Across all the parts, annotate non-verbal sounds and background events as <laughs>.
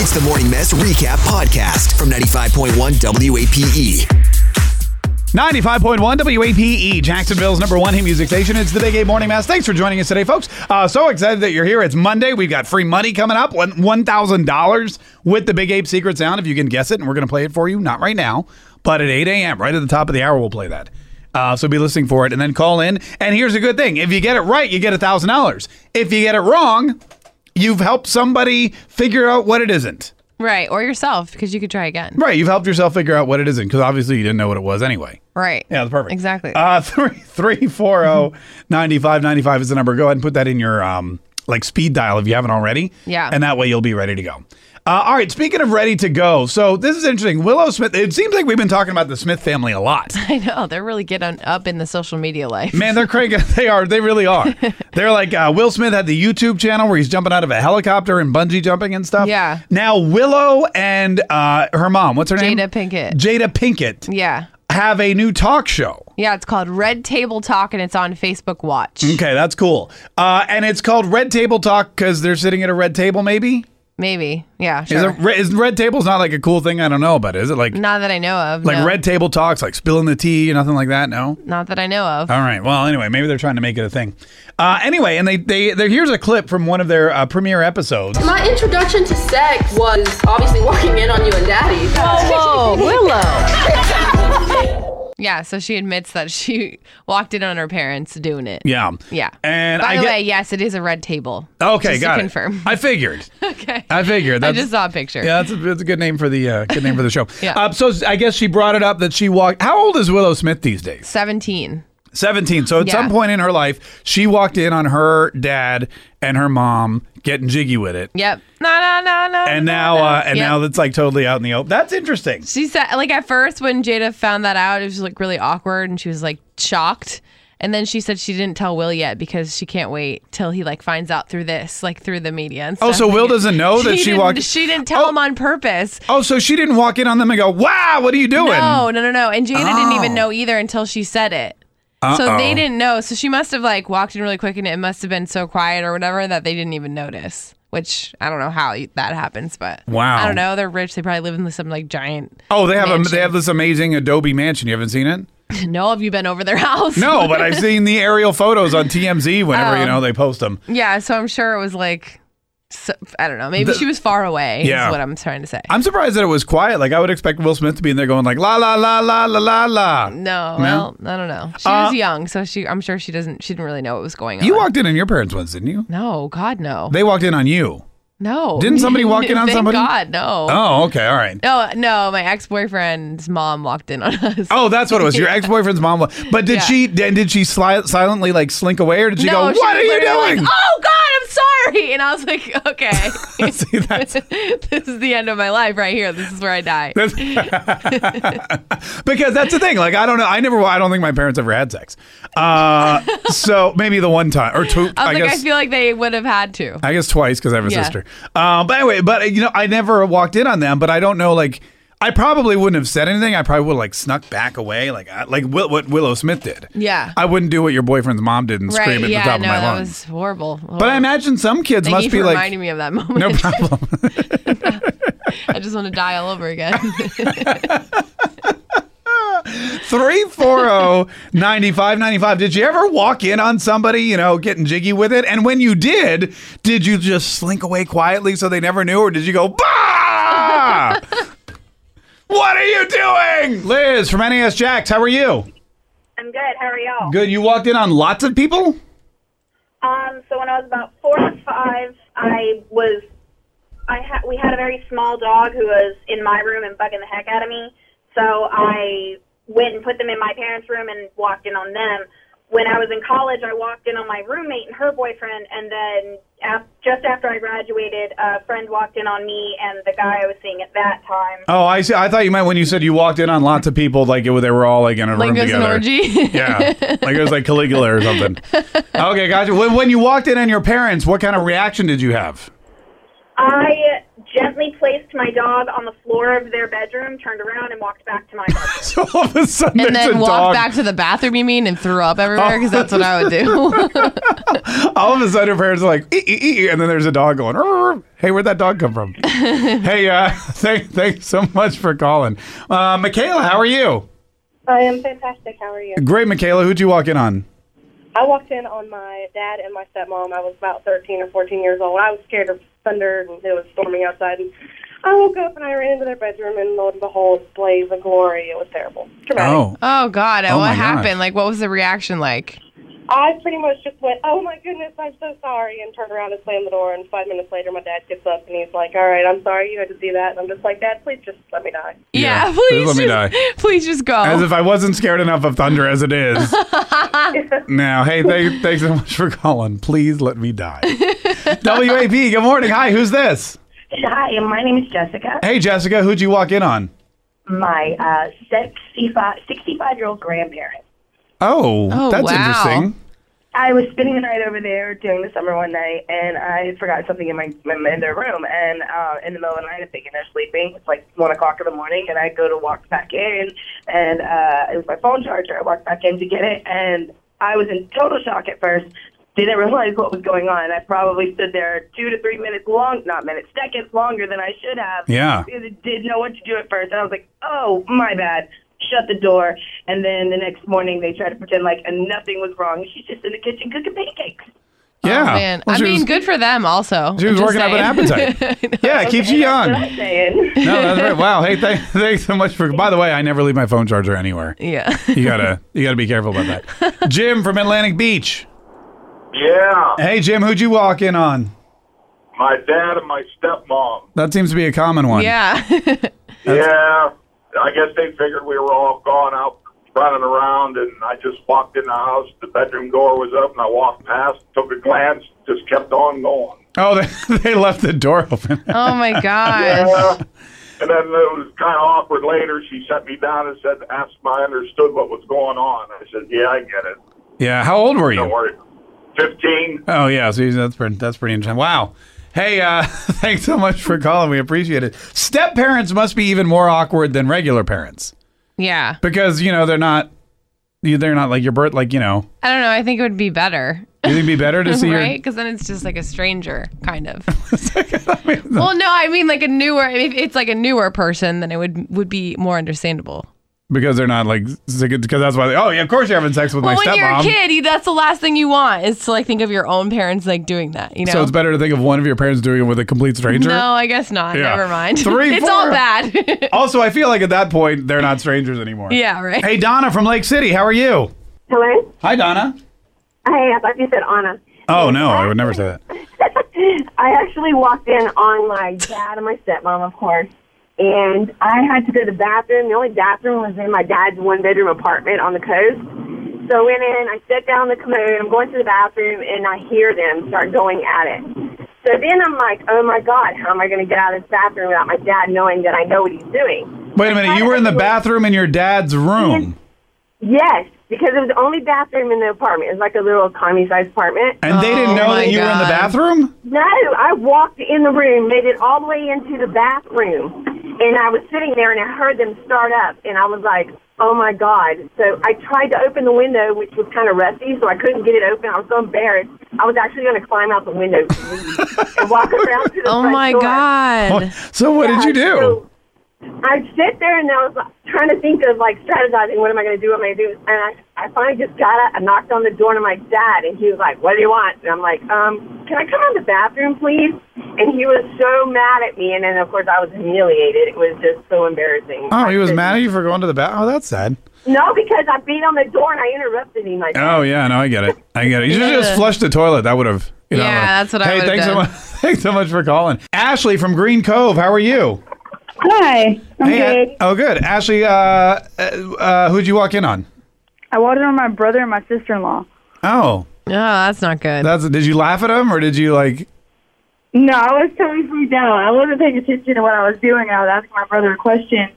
It's the Morning Mess Recap Podcast from 95.1 WAPE. 95.1 WAPE, E, Jacksonville's number one hit music station. It's the Big Eight Morning Mass. Thanks for joining us today, folks. Uh, so excited that you're here. It's Monday. We've got free money coming up, one- $1,000 with the Big Ape Secret Sound, if you can guess it. And we're going to play it for you, not right now, but at 8 a.m., right at the top of the hour, we'll play that. Uh, so be listening for it and then call in. And here's a good thing if you get it right, you get $1,000. If you get it wrong, you've helped somebody figure out what it isn't. Right. Or yourself, because you could try again. Right. You've helped yourself figure out what it isn't because obviously you didn't know what it was anyway. Right. Yeah, that's perfect. Exactly. Mm-hmm. Uh, <laughs> three three four zero ninety five ninety five is the number. Go ahead and put that in your um like speed dial if you haven't already. Yeah. and that way you'll be ready to go. Uh, all right. Speaking of ready to go, so this is interesting. Willow Smith. It seems like we've been talking about the Smith family a <laughs> lot. <laughs> I know. They're really getting up in the social media life. Man, they're cranking. <laughs> They are. They really are. They're like uh, Will Smith had the YouTube channel where he's jumping out of a helicopter and bungee jumping and stuff. Yeah. Now Willow and uh, her mom. What's her name? Jada Pinkett. Jada Pinkett yeah. have a new talk show. Yeah. It's called Red Table Talk and it's on Facebook Watch. Okay, that's cool. Uh, and it's called Red Table Talk because they're sitting at a red table. Maybe Maybe. Yeah. is Sure. it re- is red table's not like a cool thing? I don't know about it. Is it like Not that I know of. like no. red table talks, like spilling the tea, nothing like that? No. Not that I know of. All right. Well, anyway, maybe they're trying to make it a thing. Uh, anyway, and they they there. Here's a clip from one of their uh, premiere episodes. My introduction to sex was obviously walking in on you and daddy. <laughs> Yeah. So she admits that she <laughs> walked in on her parents doing it. Yeah. Yeah. And By I the get- way, yes, it is a red table. Okay, Just got to it. confirm. I figured. <laughs> okay. I figured. I That's- just saw a picture. Yeah, that's a, that's a good name for the uh, good name for the show. <laughs> Yeah. Uh, so I guess she brought it up that she walked. How old is Willow Smith these days? 17. 17. So at Yeah. some point in her life, she walked in on her dad and her mom getting jiggy with it. Yep. No, no, no, no. And no, now, no. uh, and Yep. now that's like totally out in the open. That's interesting. She said, like, at first when Jada found that out, it was like really awkward and she was like shocked. And then she said she didn't tell Will yet because she can't wait till he like finds out through this, like through the media and stuff. Oh, so Will doesn't know that she didn't- walked- She didn't tell Oh. him on purpose. Oh, so she didn't walk in on them and go, "Wow, what are you doing?" No, no, no, no. And Jada didn't Oh. even know either until she said it. So they didn't know. So she must have like walked in really quick and it must have been so quiet or whatever that they didn't even notice. Which I don't know how you- that happens, but Wow. I don't know. They're rich. They probably live in some like giant. Oh, they have a, mansion. they have this amazing Adobe mansion. You haven't seen <laughs> it? No, have you been over their <laughs> house? No, but I've seen the aerial photos on TMZ whenever Oh. you know they post them. Yeah, so I'm sure it was like, so, I don't know. Maybe The- she was far away. Yeah. is what I'm trying to say. I'm surprised that it was quiet. Like I would expect Will Smith to be in there going like la la la la la la la. no, well, I don't know. She was young, so she. I'm sure she doesn't. She didn't really know what was going on. Uh, You walked in on your parents once, didn't you? No, God, no, They walked in on you. no. Didn't somebody walk in on Thank somebody? God, no. Oh, okay, all right. No, no. My ex boyfriend's mom walked in on <laughs> us. Oh, that's what it was. <laughs> Your ex boyfriend's mom. wa- But did Yeah. she? Then did she sli- silently like slink away, or did she no, go? she What was are you literally doing? Like, oh God, I'm sorry. And I was like, okay. <laughs> See, that's- <laughs> this is the end of my life right here. This is where I die. "Ah." because that's the thing. Like I don't know. I never. I don't think my parents ever had sex. <laughs> Uh, so maybe the one time or two. I was like, guess. I feel like they would have had to. I guess twice because I have a Yeah. sister. Um, but anyway, but you know, I never walked in on them. But I don't know. Like I probably wouldn't have said anything. I probably would have like snuck back away, like I, like Will, what Willow Smith did. Yeah. I wouldn't do what your boyfriend's mom did and scream at yeah, the top no, of my that lungs. was horrible. but I imagine some kids Thank must you be for like. reminding me of that moment. no problem. <laughs> <laughs> I just want to die all over again. oh, 340-9595. Did you ever walk in on somebody, you know, getting jiggy with it? And when you did, did you just slink away quietly so they never knew, or did you go, bah? what are you doing? Liz from NAS Jacks, how are you? I'm good. How are y'all? Good. You walked in on lots of people? Um, so when I was about four or five, I was, I had we had a very small dog who was in my room and bugging the heck out of me. So I went and put them in my parents' room and walked in on them. when I was in college, I walked in on my roommate and her boyfriend, and then af- just after I graduated, a friend walked in on me and the guy I was seeing at that time. Oh, I see. I thought you meant when you said you walked in on lots of people, like it, they were all like in a Like room it was an together. <laughs> orgy. yeah, like it was like Caligula or something. Okay, gotcha. When, when you walked in on your parents, what kind of reaction did you have? I gently placed my dog on the floor of their bedroom, turned around, and walked back to my bedroom. <laughs> So all of a sudden, <laughs> and there's then a walk dog. Oh. back to the bathroom, you mean, and threw up everywhere? Because that's what I <laughs> would do. All of a sudden, your parents are like, "Ee, ee, ee," and then there's a dog going, "Rrr, rrr, rrr." hey, where'd that dog come <laughs> from? hey, uh, <laughs> thank, thanks so much for calling. Uh, Michaela, how are you? I am fantastic. How are you? Great, Michaela. Who'd you walk in on? I walked in on my dad and my stepmom. I was about 13 or 14 years old. I was scared of thunder and it was storming outside. And I woke up and I ran into their bedroom and lo and behold, blaze of glory. It was terrible. Traumatic. Oh, oh God! Oh, my what gosh. happened? Like, what was the reaction like? I pretty much just went, oh my goodness, I'm so sorry, and turned around and slammed the door. And five minutes later, my dad gets up and he's like, all right, I'm sorry you had to see that. And I'm just like, Dad, please just let me die. Yeah. Yeah, Please please, let me just, <laughs> please just go. as if I wasn't scared enough of thunder as it <laughs> is. now, hey, th- thanks so much for calling. Please let me die. WAP, good morning. Hi, who's this? Hi, my name is Jessica. Hey, Jessica, who'd you walk in on? My uh, 65, 65-year-old grandparent. Oh, Oh, that's wow. interesting. I was spending the night over there during the summer one night, and I forgot something in my in their room. And uh, in the middle of the night, I'm thinking they're sleeping. It's like one o'clock in the morning, and I go to walk back in, and uh, it was my phone charger. I walked back in to get it, and I was in total shock at first. Didn't realize what was going on. I probably stood there two to three minutes long, not minutes, seconds longer than I should have. Yeah. It didn't know what to do at first. And I was like, oh, my bad. Shut the door. And then the next morning, they tried to pretend like nothing was wrong. She's just in the kitchen cooking pancakes. Yeah. Oh, man. Well, I she mean, was- good for them also. She I'm was just working up an saying. appetite. yeah, it keeps you That's what young. I'm saying. No, that's right. Wow. <laughs> Hey, th- thanks so much for. By the way, I never leave my phone charger anywhere. <laughs> yeah. You gotta, you gotta be careful about <laughs> that. Jim from Atlantic Beach. Yeah, Hey, Jim, who'd you walk in on? my dad and my stepmom. That seems to be a common one. Yeah. <laughs> yeah, I guess they figured we were all gone out running around, and I just walked in the house. The bedroom door was up, and I walked past, took a glance, just kept on going. Oh, <laughs> they, they left the door <laughs> open. <laughs> oh my gosh. Yeah. And then it was kind of awkward later. She sat me down and said, asked if I understood what was going on. I said, yeah, I get it. yeah. How old were Don't you? worry. 15. Oh yeah. So that's pretty. That's pretty interesting. Wow. Hey, uh, <laughs> thanks so much for calling. We appreciate it. Step parents must be even more awkward than regular parents Yeah. because you know they're not. They're not like your birth. Like you know, I don't know. I think it would be better. you think it'd be better to see right? your. Because then it's just like a stranger, kind of. well, no, I mean like a newer. If it's like a newer person, then it would would be more understandable. <laughs> Because they're not like because that's why. They, oh yeah, of course you're having sex with Well, my when you're a stepmom. kid, you, that's the last thing you want is to like think of your own parents like doing that. You know. So it's better to think of one of your parents doing it with a complete stranger. no, I guess not. Yeah. Never mind. Three, <laughs> it's all four. bad. <laughs> Also, I feel like at that point they're not strangers anymore. yeah. Right. Hey, Donna from Lake City, how are you? Hello? Hi, Donna. Hey, I thought you said Anna. <laughs> Oh no, I would never say that. I actually walked in on my dad and my stepmom, of course, and I had to go to the bathroom. The only bathroom was in my dad's one bedroom apartment on the coast. So I went in, I set down the commode, I'm going to the bathroom, and I hear them start going at it. So then I'm like, oh my God, how am I going to get out of this bathroom without my dad knowing that I know what he's doing? Wait a minute, you were in the bathroom in your dad's room, Yes, because it was the only bathroom in the apartment. It was like a little commie sized apartment. and they didn't know Oh, my that you were in the God. bathroom. No, I walked in the room, made it all the way into the bathroom, and I was sitting there and I heard them start up, and I was like, "Oh my god!" So I tried to open the window, which was kind of rusty, so I couldn't get it open. I was so embarrassed. I was actually going to climb out the window to leave and walk <laughs> around to the Oh front my door. god. So what did you Yeah, do? so I sit there and I was like, trying to think of like strategizing. What am I going to do? What am I going to do? And I, I finally just got up. I knocked on the door to my dad, and he was like, "What do you want?" And I'm like, "Um, can I come out the bathroom, please?" And he was so mad at me, and then of course I was humiliated. It was just so embarrassing. Oh, he was I couldn't- mad at you for going to the bath. Oh, that's sad. No, because I beat on the door and I interrupted him. Like, Oh yeah, no, I get it. I get it. You should just flush the toilet. That would have. You know, Yeah, that's what I Hey, would've thanks so done. much. <laughs> Thanks so much for calling, Ashley from Green Cove. How are you? Hi. I'm Hey, A- oh good, Ashley. Uh, uh, uh, who'd you walk in on? I walked in on my brother and my sister in law. Oh. Oh, that's not good. That's did you laugh at him or did you like No, I was totally freaked out. I wasn't paying attention to what I was doing. I was asking my brother a question,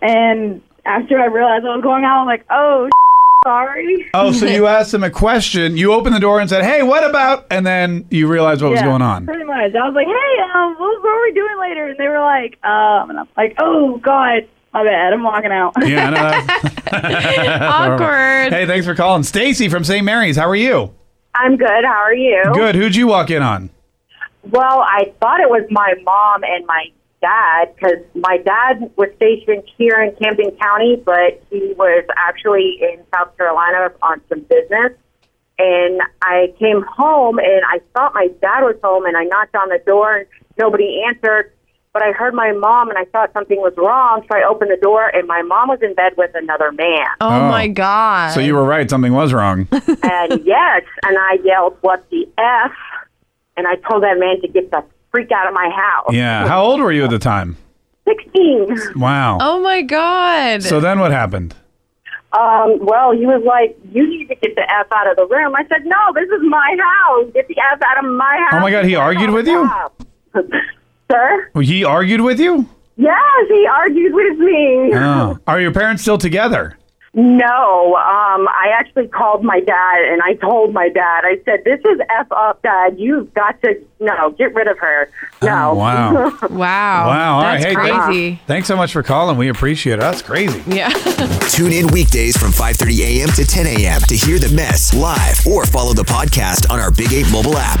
and after I realized what was going on, I'm like, "Oh, <laughs> sorry." Oh, so <laughs> you asked him a question, you opened the door and said, Hey, what about and then you realized what was Yeah, going <laughs> on. Pretty much. I was like, "Hey, um, what, what are we doing later?" And they were like, "Um," and I'm like, "Oh God, my bad. I'm walking <laughs> out." Yeah, I know that's Awkward. <laughs> Hey, thanks for calling. Stacy from St. Mary's, how are you? I'm good. How are you? Good. Who'd you walk in on? Well, I thought it was my mom and my dad because my dad was stationed here in Camden County, but he was actually in South Carolina on some business. And I came home and I thought my dad was home and I knocked on the door and nobody answered. But I heard my mom and I thought something was wrong, so I opened the door and my mom was in bed with another man. Oh god. oh. So you were right, something was <laughs> wrong. <laughs> and yes, and I yelled, "What the f?" And I told that man to get the freak out of my house. yeah. How old were you at the time? Sixteen. Wow. Oh my god. So then what happened? Um, well, he was like, "You need to get the f out of the room." I said, "No, this is my house. Get the f out of my house." Oh my god, he argued with you? <laughs> Sir? He argued with you? Yes, he argued with me. Oh. Are your parents still together? No, um, I actually called my dad and I told my dad. I said, "This is f up, Dad. You've got to no get rid of her." No. Oh, <laughs> wow. <laughs> wow. Wow. All right. That's Hey, thank- crazy. thanks so much for calling. We appreciate it. That's crazy. Yeah. <laughs> Tune in weekdays from 5:30 a.m. to 10 a.m. to hear the mess live or follow the podcast on our Big 8 mobile app.